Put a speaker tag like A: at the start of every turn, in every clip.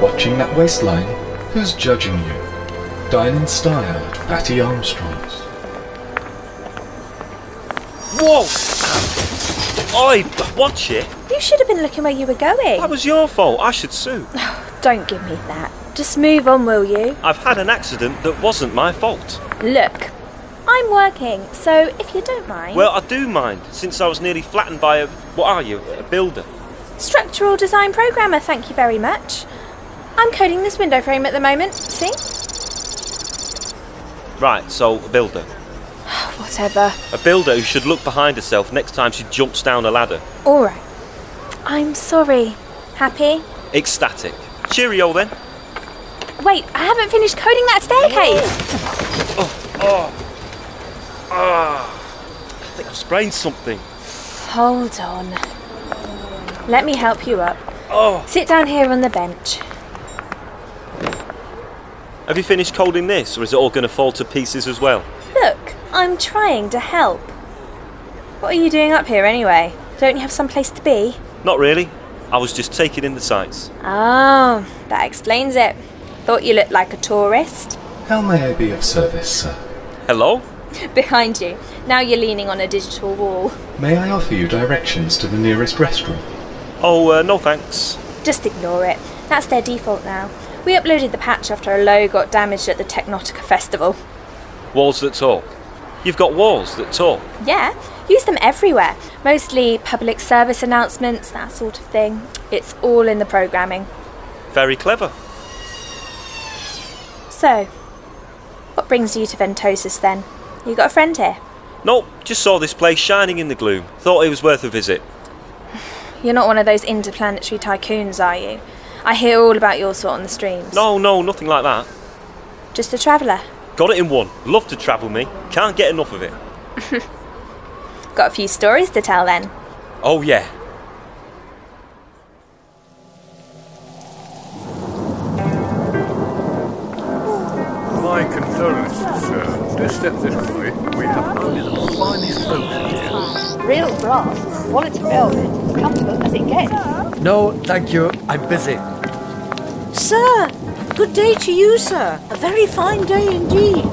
A: touching that waistline, who's judging you? Dine in style at Fatty Armstrong's.
B: Whoa! Oi, watch it.
C: You should have been looking where you were going.
B: That was your fault. I should sue.
C: Don't give me that. Just move on, will you?
B: I've had an accident that wasn't my fault.
C: Look, I'm working, so if you don't mind.
B: Well, I do mind, since I was nearly flattened by a. What are you? A builder?
C: structural design programmer, thank you very much. I'm coding this window frame at the moment. See?
B: Right, so a builder.
C: Whatever.
B: A builder who should look behind herself next time she jumps down a ladder.
C: All right. I'm sorry. Happy?
B: Ecstatic. Cheerio then.
C: Wait, I haven't finished coding that staircase.
B: I think I've sprained something.
C: Hold on. Let me help you up.
B: Oh.
C: Sit down here on the bench.
B: Have you finished coding this, or is it all going to fall to pieces as well?
C: Look, I'm trying to help. What are you doing up here anyway? Don't you have someplace to be?
B: Not really. I was just taking in the sights.
C: Oh, that explains it. Thought you looked like a tourist.
A: How may I be of service, sir?
B: Hello?
C: Behind you. Now you're leaning on a digital wall.
A: May I offer you directions to the nearest restaurant?
B: Oh, uh, no thanks.
C: Just ignore it. That's their default now. We uploaded the patch after a low got damaged at the Technotica Festival.
B: Walls that talk. You've got walls that talk.
C: Yeah, use them everywhere. Mostly public service announcements, that sort of thing. It's all in the programming.
B: Very clever.
C: So, what brings you to Ventosus then? You got a friend here?
B: Nope, just saw this place shining in the gloom. Thought it was worth a visit.
C: You're not one of those interplanetary tycoons, are you? I hear all about your sort on the streams.
B: No, no, nothing like that.
C: Just a traveller.
B: Got it in one. Love to travel me. Can't get enough of it.
C: Got a few stories to tell then.
B: Oh, yeah.
D: My condolences, sir. Do step this way. We have only the finest folks here.
E: Real brass, quality velvet, comfort as it gets.
F: No, thank you. I'm busy.
G: Sir, good day to you, sir. A very fine day indeed.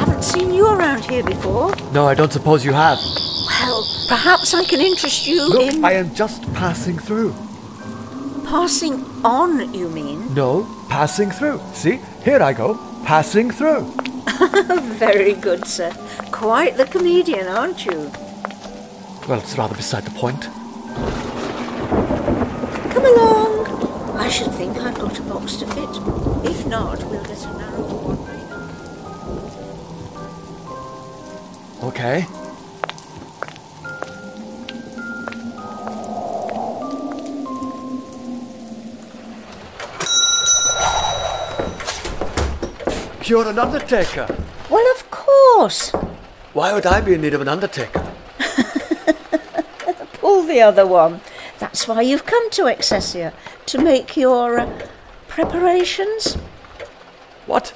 G: Haven't seen you around here before.
F: No, I don't suppose you have.
G: Well, perhaps I can interest you
F: Look,
G: in
F: I am just passing through.
G: passing on, you mean?
F: No, passing through. See? Here I go. Passing through.
G: Very good, sir. Quite the comedian, aren't you?
F: Well, it's rather beside the point.
G: Come along. I should think I've got a box to fit. If not, we'll get a narrow one.
F: Okay. You're an undertaker.
G: Well, of course.
F: Why would I be in need of an undertaker?
G: Pull the other one. That's why you've come to Excessia to make your uh, preparations.
F: What?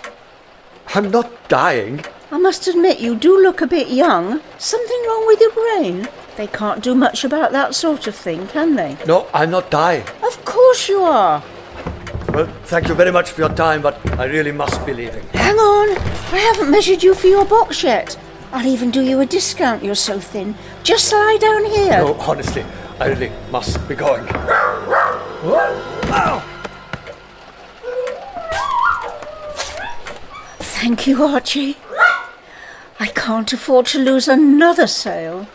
F: I'm not dying.
G: I must admit, you do look a bit young. Something wrong with your brain? They can't do much about that sort of thing, can they?
F: No, I'm not dying.
G: Of course you are.
F: Well, thank you very much for your time, but I really must be leaving.
G: Hang on, I haven't measured you for your box yet. I'll even do you a discount, you're so thin. Just lie down here.
F: No, honestly, I really must be going.
G: Thank you, Archie. I can't afford to lose another sale.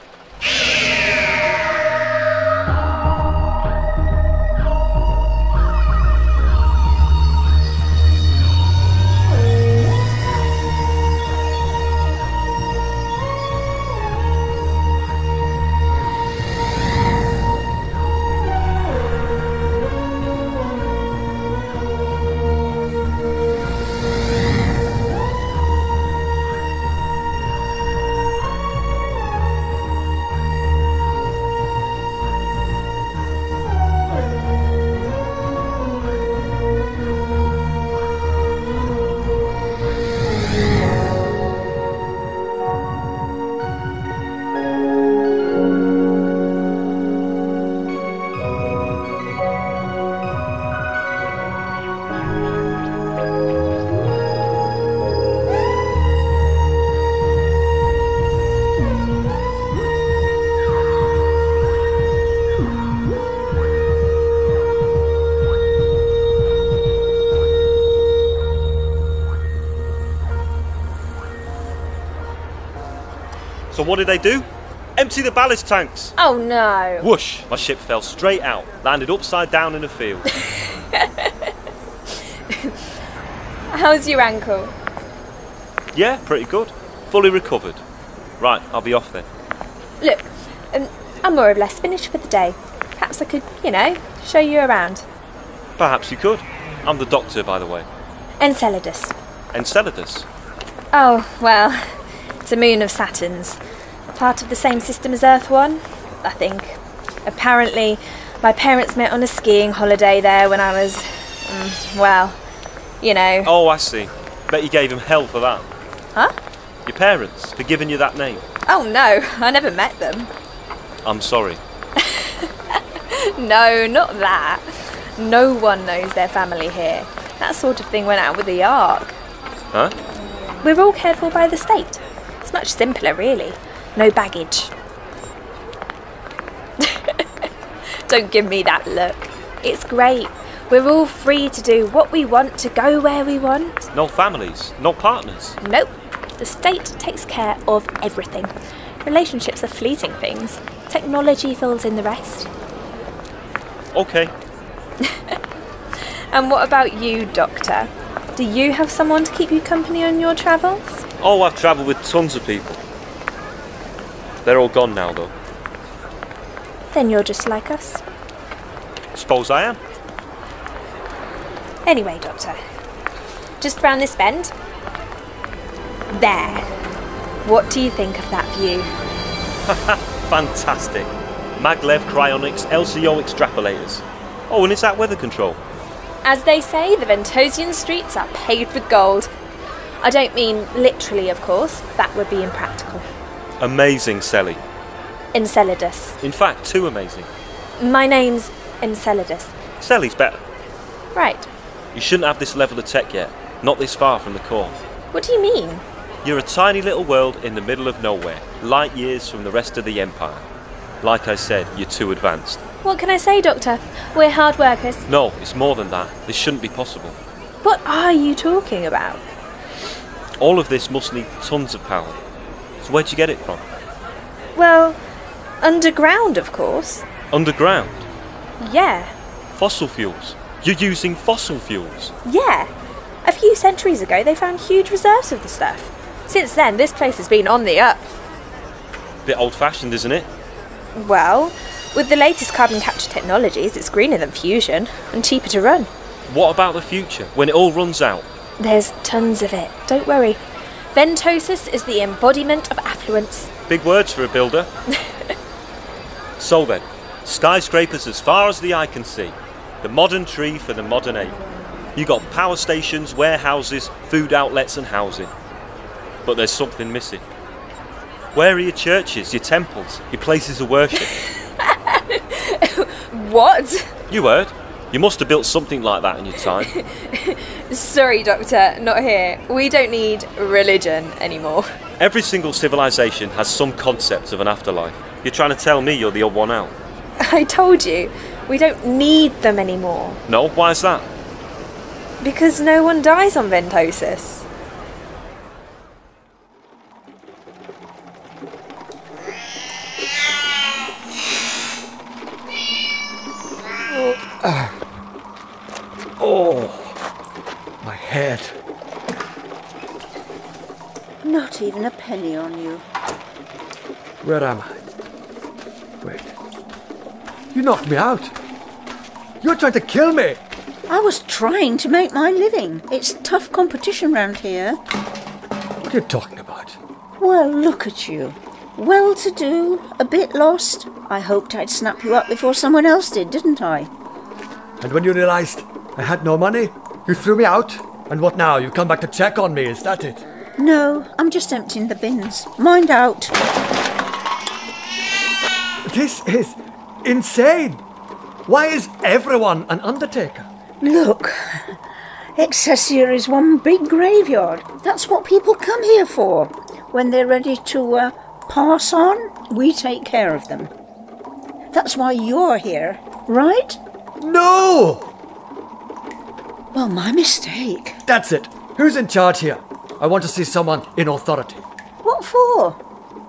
B: and what did they do? Empty the ballast tanks.
C: Oh no.
B: Whoosh! My ship fell straight out, landed upside down in a field.
C: How's your ankle?
B: yeah, pretty good. Fully recovered. Right, I'll be off then.
C: Look, um, I'm more or less finished for the day. Perhaps I could, you know, show you around.
B: Perhaps you could. I'm the doctor, by the way.
C: Enceladus.
B: Enceladus.
C: Oh, well, it's a moon of Saturn's. Part of the same system as Earth one, I think. Apparently, my parents met on a skiing holiday there when I was. mm, well, you know.
B: Oh, I see. Bet you gave him hell for that.
C: Huh?
B: Your parents for giving you that name.
C: Oh no, I never met them.
B: I'm sorry.
C: No, not that. No one knows their family here. That sort of thing went out with the Ark.
B: Huh?
C: We're all cared for by the state. It's much simpler, really. No baggage. Don't give me that look. It's great. We're all free to do what we want, to go where we want.
B: No families, no partners.
C: Nope. The state takes care of everything. Relationships are fleeting things. Technology fills in the rest.
B: Okay.
C: And what about you, Doctor? Do you have someone to keep you company on your travels?
B: Oh, I've travelled with tons of people. They're all gone now, though.
C: Then you're just like us.
B: Suppose I am.
C: Anyway, Doctor, just round this bend. There. What do you think of that view?
B: Fantastic. Maglev cryonics LCO extrapolators. Oh, and is that weather control?
C: As they say, the Ventosian streets are paved with gold. I don't mean literally, of course, that would be impractical.
B: Amazing, Selly.
C: Enceladus.
B: In fact, too amazing.
C: My name's Enceladus.
B: Selly's better.
C: Right.
B: You shouldn't have this level of tech yet. Not this far from the core.
C: What do you mean?
B: You're a tiny little world in the middle of nowhere, light years from the rest of the Empire. Like I said, you're too advanced.
C: What can I say, Doctor? We're hard workers.
B: No, it's more than that. This shouldn't be possible.
C: What are you talking about?
B: All of this must need tons of power. So where'd you get it from?
C: Well, underground, of course.
B: Underground?
C: Yeah,
B: Fossil fuels? You're using fossil fuels?
C: yeah. A few centuries ago, they found huge reserves of the stuff. Since then, this place has been on the up.
B: Bit old fashioned, isn't it?
C: Well, with the latest carbon capture technologies, it's greener than fusion and cheaper to run.
B: What about the future, when it all runs out?
C: There's tons of it, don't worry. Ventosus is the embodiment of affluence.
B: Big words for a builder. so then, skyscrapers as far as the eye can see. The modern tree for the modern ape. You got power stations, warehouses, food outlets, and housing. But there's something missing. Where are your churches, your temples, your places of worship?
C: What?
B: you heard. You must have built something like that in your time.
C: Sorry, Doctor, not here. We don't need religion anymore.
B: Every single civilization has some concept of an afterlife. You're trying to tell me you're the odd one out.
C: I told you, we don't need them anymore.
B: No, why is that?
C: Because no one dies on Ventosus.
F: Oh, My head.
G: Not even a penny on you.
F: Where am I? Wait. You knocked me out. You're trying to kill me.
G: I was trying to make my living. It's tough competition round here.
F: What are you talking about?
G: Well, look at you. Well to do, a bit lost. I hoped I'd snap you up before someone else did, didn't I?
F: And when you realized I had no money, you threw me out. And what now? You come back to check on me, is that it?
G: No, I'm just emptying the bins. Mind out.
F: This is insane. Why is everyone an undertaker?
G: Look, Excelsior is one big graveyard. That's what people come here for. When they're ready to uh, pass on, we take care of them. That's why you're here, right?
F: No!
G: Well, my mistake.
F: That's it. Who's in charge here? I want to see someone in authority.
G: What for?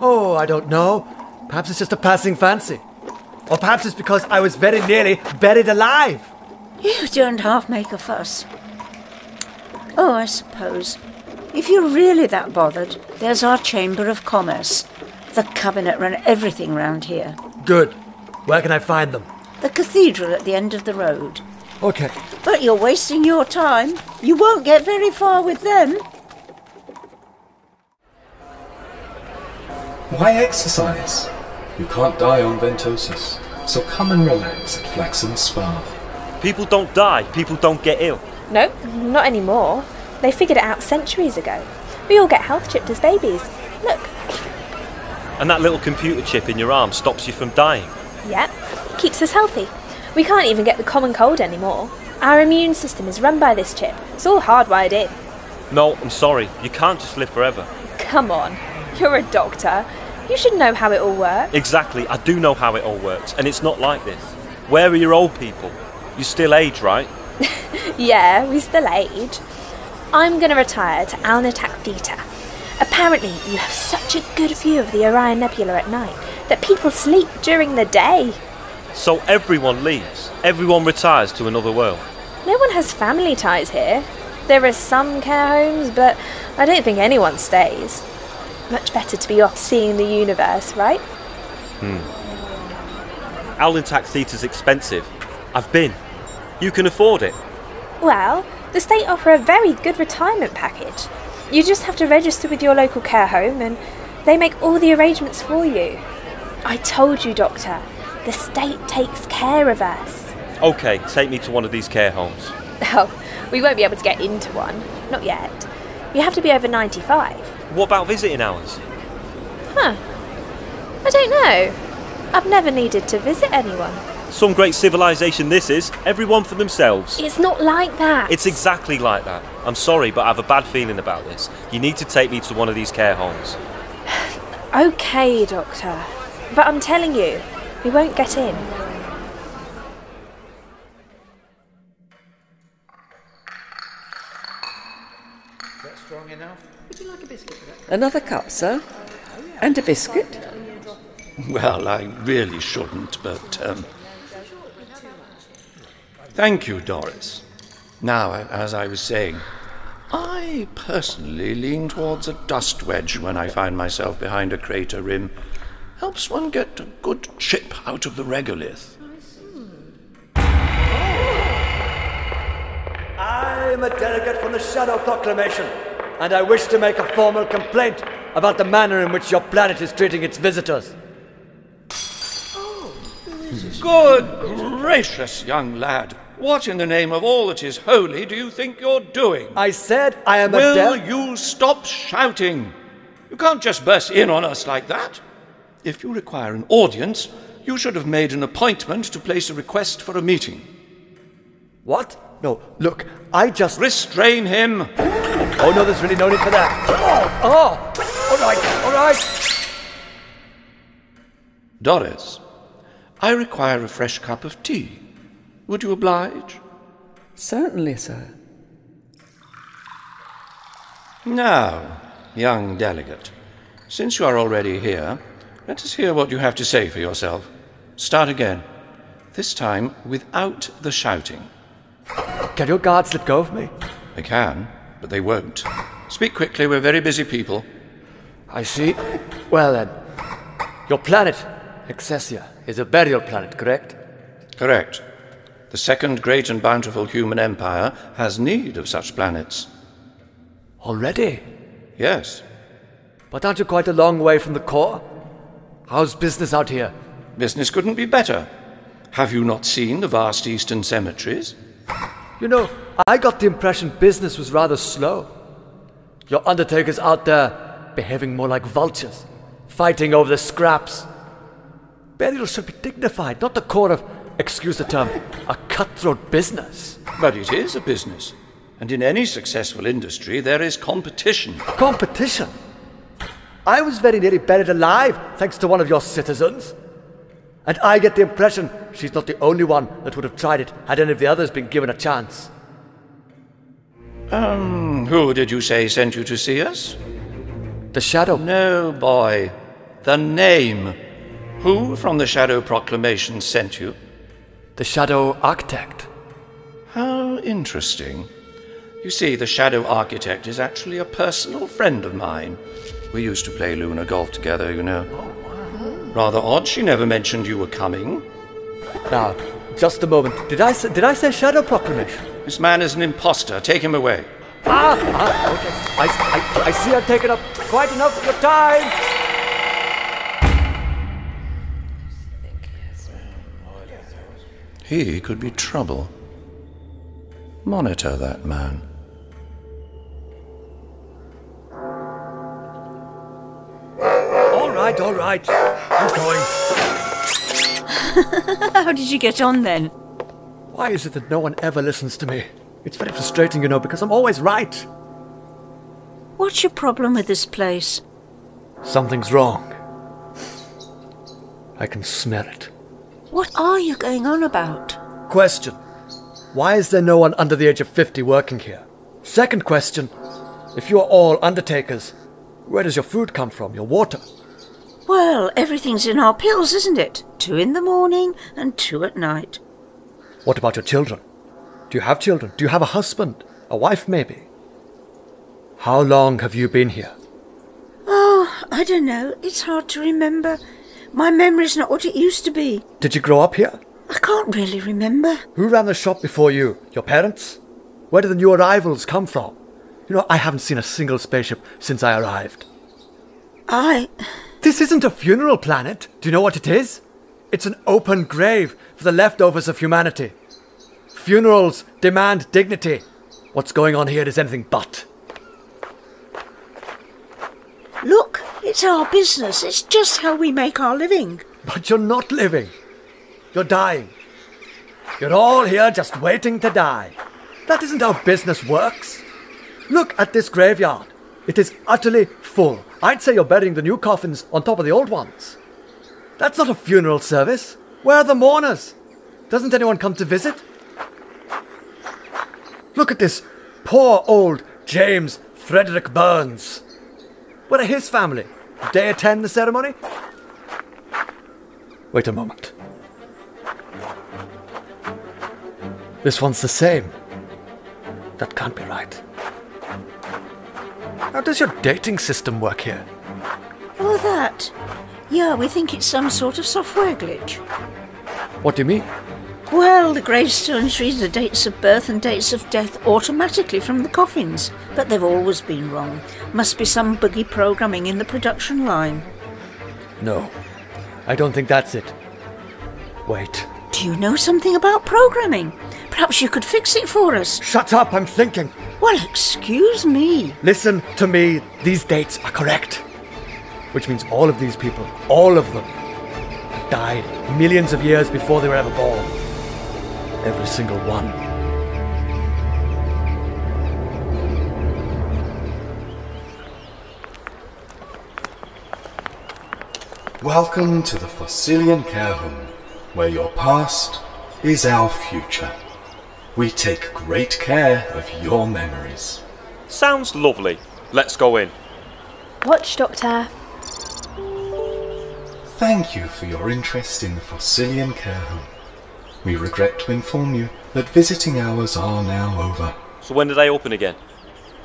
F: Oh, I don't know. Perhaps it's just a passing fancy. Or perhaps it's because I was very nearly buried alive.
G: You don't half make a fuss. Oh, I suppose. If you're really that bothered, there's our Chamber of Commerce. The cabinet run everything round here.
F: Good. Where can I find them?
G: The cathedral at the end of the road.
F: Okay.
G: But you're wasting your time. You won't get very far with them.
A: Why exercise? You can't die on Ventosus, so come and relax at Flaxen Spa.
B: People don't die, people don't get ill.
C: No, not anymore. They figured it out centuries ago. We all get health chipped as babies. Look,
B: And that little computer chip in your arm stops you from dying.
C: yep, keeps us healthy. We can't even get the common cold anymore. Our immune system is run by this chip. It's all hardwired in.
B: No, I'm sorry, you can't just live forever.
C: Come on, you're a doctor. You should know how it all works.
B: Exactly, I do know how it all works, and it's not like this. Where are your old people? You still age, right?
C: Yeah, we still age. I'm going to retire to Alnitak Theta. Apparently, you have such a good view of the Orion Nebula at night that people sleep during the day.
B: So everyone leaves, everyone retires to another world.
C: No one has family ties here. There are some care homes, but I don't think anyone stays. Much better to be off seeing the universe, right?
B: Alintac Theatre's expensive. I've been. You can afford it.
C: Well, the state offer a very good retirement package. You just have to register with your local care home and they make all the arrangements for you. I told you, Doctor, the state takes care of us.
B: Okay, take me to one of these care homes.
C: Oh, we won't be able to get into one. Not yet. You have to be over 95.
B: What about visiting hours?
C: I don't know. I've never needed to visit anyone.
B: Some great civilization this is, everyone for themselves.
C: It's not like that.
B: It's exactly like that. I'm sorry, but I have a bad feeling about this. You need to take me to one of these care homes.
C: Okay, Doctor. But I'm telling you, we won't get in.
H: Another cup, sir? And a biscuit?
I: Well, I really shouldn't, but. Um, thank you, Doris. Now, a- as I was saying, I personally lean towards a dust wedge when I find myself behind a crater rim. Helps one get a good chip out of the regolith.
F: I am a delegate from the Shadow Proclamation, and I wish to make a formal complaint about the manner in which your planet is treating its visitors.
I: Good gracious, young lad. What in the name of all that is holy do you think you're doing?
F: I said I am a
I: Will
F: delegate.
I: you stop shouting? You can't just burst in on us like that. If you require an audience, you should have made an appointment to place a request for a meeting.
F: What? No, look, I just.
I: Restrain him.
F: Oh no, there's really no need for that. Oh, oh, all right, all right.
I: Doris, I require a fresh cup of tea. Would you oblige?
H: Certainly, sir.
I: Now, young delegate, since you are already here, let us hear what you have to say for yourself. Start again, this time without the shouting.
F: Can your guards let go of me?
I: They can, but they won't. Speak quickly, we're very busy people.
F: I see. Well then, your planet, Excelsior, is a burial planet, correct?
I: Correct. The second great and bountiful human empire has need of such planets.
F: Already?
I: Yes,
F: But aren't you quite a long way from the core? How's business out here?
I: business couldn't be better. Have you not seen the vast eastern cemeteries?
F: You know, I got the impression business was rather slow. Your undertakers out there behaving more like vultures, fighting over the scraps. Burial should be dignified, not the core of, excuse the term, a cutthroat business.
I: But it is a business. And in any successful industry, there is competition.
F: Competition? I was very nearly buried alive thanks to one of your citizens. And I get the impression she's not the only one that would have tried it had any of the others been given a chance.
I: Um, who did you say sent you to see us?
F: The shadow.
I: No, boy. The name. Who from the Shadow Proclamation sent you?
F: The Shadow Architect.
I: How interesting. You see, the Shadow Architect is actually a personal friend of mine. We used to play Luna golf together, you know. Rather odd she never mentioned you were coming.
F: Now, just a moment. Did I say, did I say Shadow Proclamation?
I: This man is an imposter. Take him away.
F: Ah, ah okay. I, I, I see I've taken up quite enough of your time.
I: He could be trouble. Monitor that man.
F: All right, all right. I'm going.
G: How did you get on then?
F: Why is it that no one ever listens to me? It's very frustrating, you know, because I'm always right.
G: What's your problem with this place?
F: Something's wrong. I can smell it.
G: What are you going on about?
F: Question Why is there no one under the age of 50 working here? Second question If you are all undertakers, where does your food come from, your water?
G: Well, everything's in our pills, isn't it? Two in the morning and two at night.
F: What about your children? Do you have children? Do you have a husband? A wife, maybe? How long have you been here?
G: Oh, I don't know. It's hard to remember. My memory's not what it used to be.
F: Did you grow up here?
G: I can't really remember.
F: Who ran the shop before you? Your parents? Where did the new arrivals come from? You know, I haven't seen a single spaceship since I arrived.
G: I.
F: This isn't a funeral planet. Do you know what it is? It's an open grave for the leftovers of humanity. Funerals demand dignity. What's going on here is anything but.
G: Look, it's our business. It's just how we make our living.
F: But you're not living. You're dying. You're all here just waiting to die. That isn't how business works. Look at this graveyard. It is utterly full. I'd say you're burying the new coffins on top of the old ones. That's not a funeral service. Where are the mourners? Doesn't anyone come to visit? Look at this poor old James Frederick Burns. Where are his family? Did they attend the ceremony? Wait a moment. This one's the same. That can't be right. How does your dating system work here?
G: Oh, that. Yeah, we think it's some sort of software glitch.
F: What do you mean?
G: Well, the gravestones read the dates of birth and dates of death automatically from the coffins, but they've always been wrong. Must be some buggy programming in the production line.
F: No, I don't think that's it. Wait.
G: Do you know something about programming? Perhaps you could fix it for us.
F: Shut up, I'm thinking.
G: Well, excuse me.
F: Listen to me, these dates are correct. Which means all of these people, all of them, died millions of years before they were ever born. Every single one.
A: Welcome to the Fossilian Care Home, where your past is our future. We take great care of your memories.
B: Sounds lovely. Let's go in.
C: Watch, Doctor.
A: Thank you for your interest in the Fossilian Care Home. We regret to inform you that visiting hours are now over.
B: So when do they open again?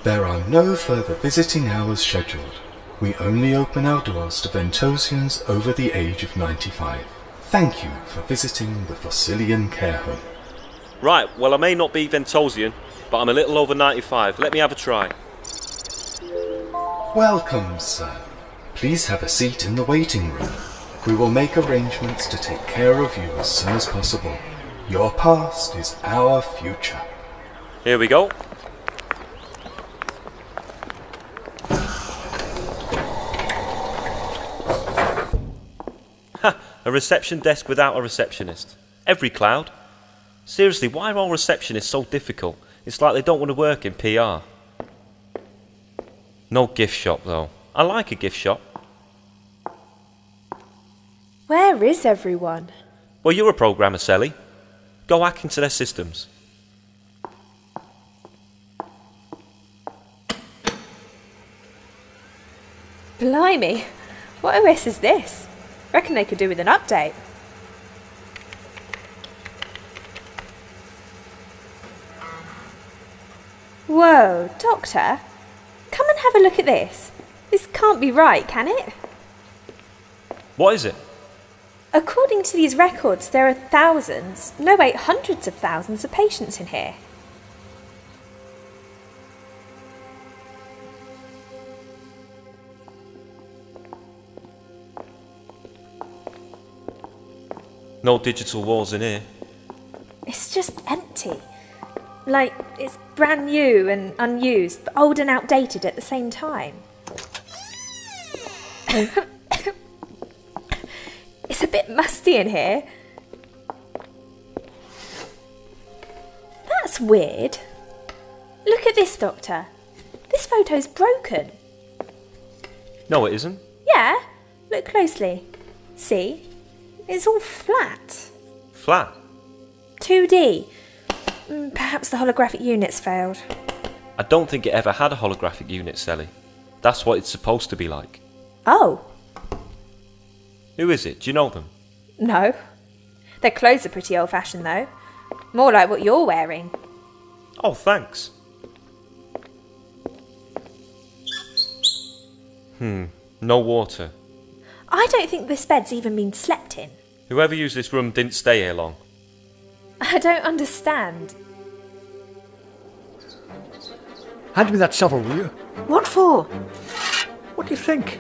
A: There are no further visiting hours scheduled. We only open our doors to Ventosians over the age of 95. Thank you for visiting the Fossilian Care Home.
B: Right, well, I may not be Ventosian, but I'm a little over 95. Let me have a try.
A: Welcome, sir. Please have a seat in the waiting room. We will make arrangements to take care of you as soon as possible. Your past is our future.
B: Here we go. Ha! A reception desk without a receptionist. Every cloud. Seriously, why are all receptionists so difficult? It's like they don't want to work in PR. No gift shop, though. I like a gift shop.
C: Where is everyone?
B: Well, you're a programmer, Sally. Go hack into their systems.
C: Blimey, What OS is this? Reckon they could do with an update. Whoa, Doctor. Come and have a look at this. This can't be right, can it?
B: What is it?
C: According to these records, there are thousands, no wait, hundreds of thousands of patients in here.
B: No digital walls in here.
C: It's just empty. Like, it's brand new and unused, but old and outdated at the same time. it's a bit musty in here. That's weird. Look at this, Doctor. This photo's broken.
B: No, it isn't.
C: Yeah, look closely. See? It's all flat.
B: Flat.
C: 2D. Mm, Perhaps the holographic units failed.
B: I don't think it ever had a holographic unit, Sally. That's what it's supposed to be like.
C: Oh,
B: Who is it? Do you know them?
C: no. Their clothes are pretty old fashioned, though. More like what you're wearing.
B: Oh, thanks. Hmm, no water.
C: I don't think this bed's even been slept in.
B: Whoever used this room didn't stay here long.
C: I don't understand.
F: Hand me that shovel, will you?
G: What for?
F: What do you think?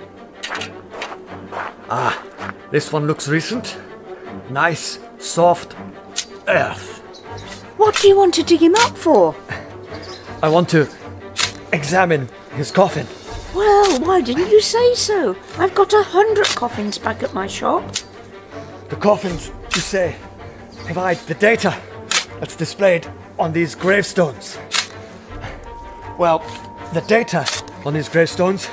F: Ah, this one looks recent. Nice, soft earth.
G: What do you want to dig him up for?
F: I want to examine his coffin.
G: Well, why didn't you say so? I've got a hundred coffins back at my shop.
F: The coffins, you say, provide the data that's displayed on these gravestones. Well, the data on these gravestones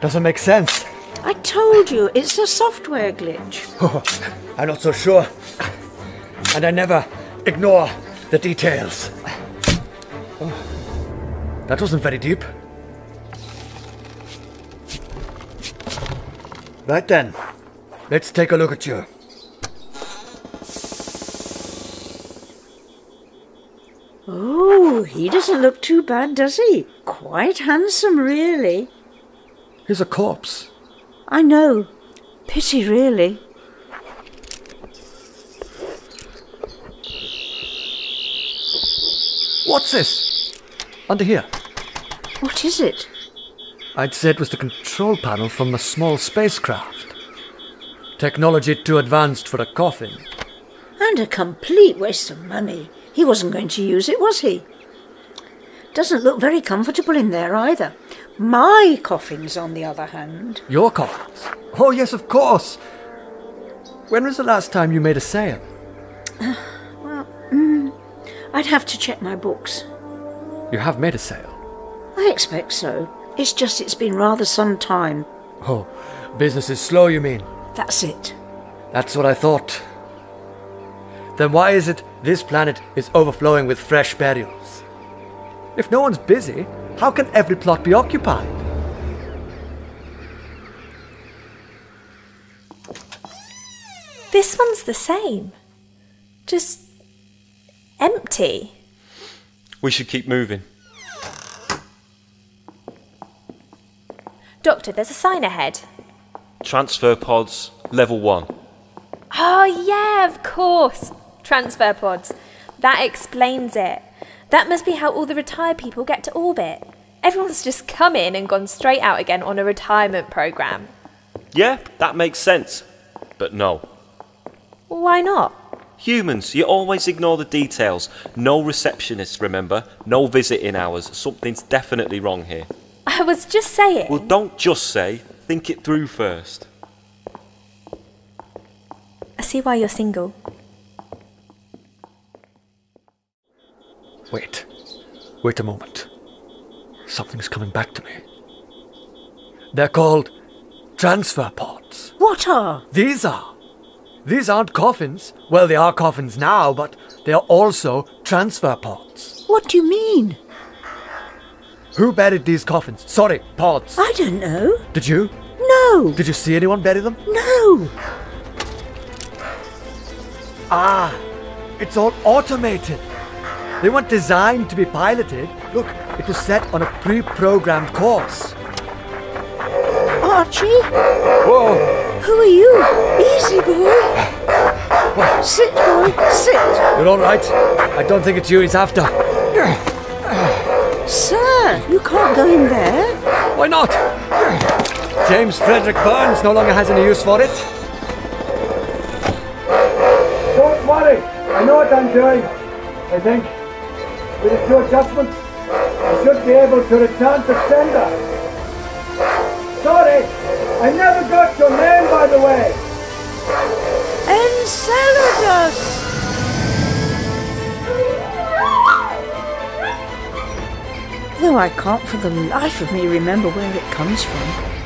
F: doesn't make sense.
G: I told you, it's a software glitch.
F: Oh, I'm not so sure. And I never ignore the details. Oh, that wasn't very deep. Right then, let's take a look at you.
G: Oh, he doesn't look too bad, does he? Quite handsome, really.
F: Here's a corpse.
G: I know. Pity, really.
F: What's this? Under here.
G: What is it?
F: I'd say it was the control panel from a small spacecraft. Technology too advanced for a coffin.
G: And a complete waste of money. He wasn't going to use it, was he? Doesn't look very comfortable in there either. My coffins, on the other hand.
F: Your coffins? Oh, yes, of course. When was the last time you made a sale?
G: Well, mm, I'd have to check my books.
F: You have made a sale.
G: I expect so. It's just it's been rather some time.
F: Oh, business is slow, you mean?
G: That's it.
F: That's what I thought. Then why is it this planet is overflowing with fresh burials? If no one's busy, how can every plot be occupied?
C: This one's the same. Just empty.
B: We should keep moving.
C: Doctor, there's a sign ahead.
B: Transfer pods, level one.
C: Oh, yeah, of course. Transfer pods. That explains it. That must be how all the retired people get to orbit. Everyone's just come in and gone straight out again on a retirement program.
B: Yeah, that makes sense. But no.
C: Why not?
B: Humans, you always ignore the details. No receptionists, remember? No visiting hours. Something's definitely wrong here.
C: I was just saying.
B: Well, don't just say, think it through first.
C: I see why you're single.
F: Wait. Wait a moment. Something's coming back to me. They're called transfer pods.
G: What are?
F: These are. These aren't coffins. Well, they are coffins now, but they are also transfer pods.
G: What do you mean?
F: Who buried these coffins? Sorry, pods.
G: I don't know.
F: Did you?
G: No, No.
F: Did you see anyone bury them?
G: No.
F: Ah, it's all automated. They weren't designed to be piloted. Look, it was set on a pre programmed course.
G: Archie?
F: Whoa!
G: Who are you? Easy, boy. Sit, boy. Sit.
F: You're alright? I don't think it's you he's after.
G: Sir, you can't go in there.
F: Why not? James Frederick Burns no longer has any use for it.
J: Don't worry, I know what I'm doing. I think with a few adjustments, I should be able to return to sender. Sorry, I never got your name, by the way.
G: Enceladus. Though I can't for the life of me remember where it comes from.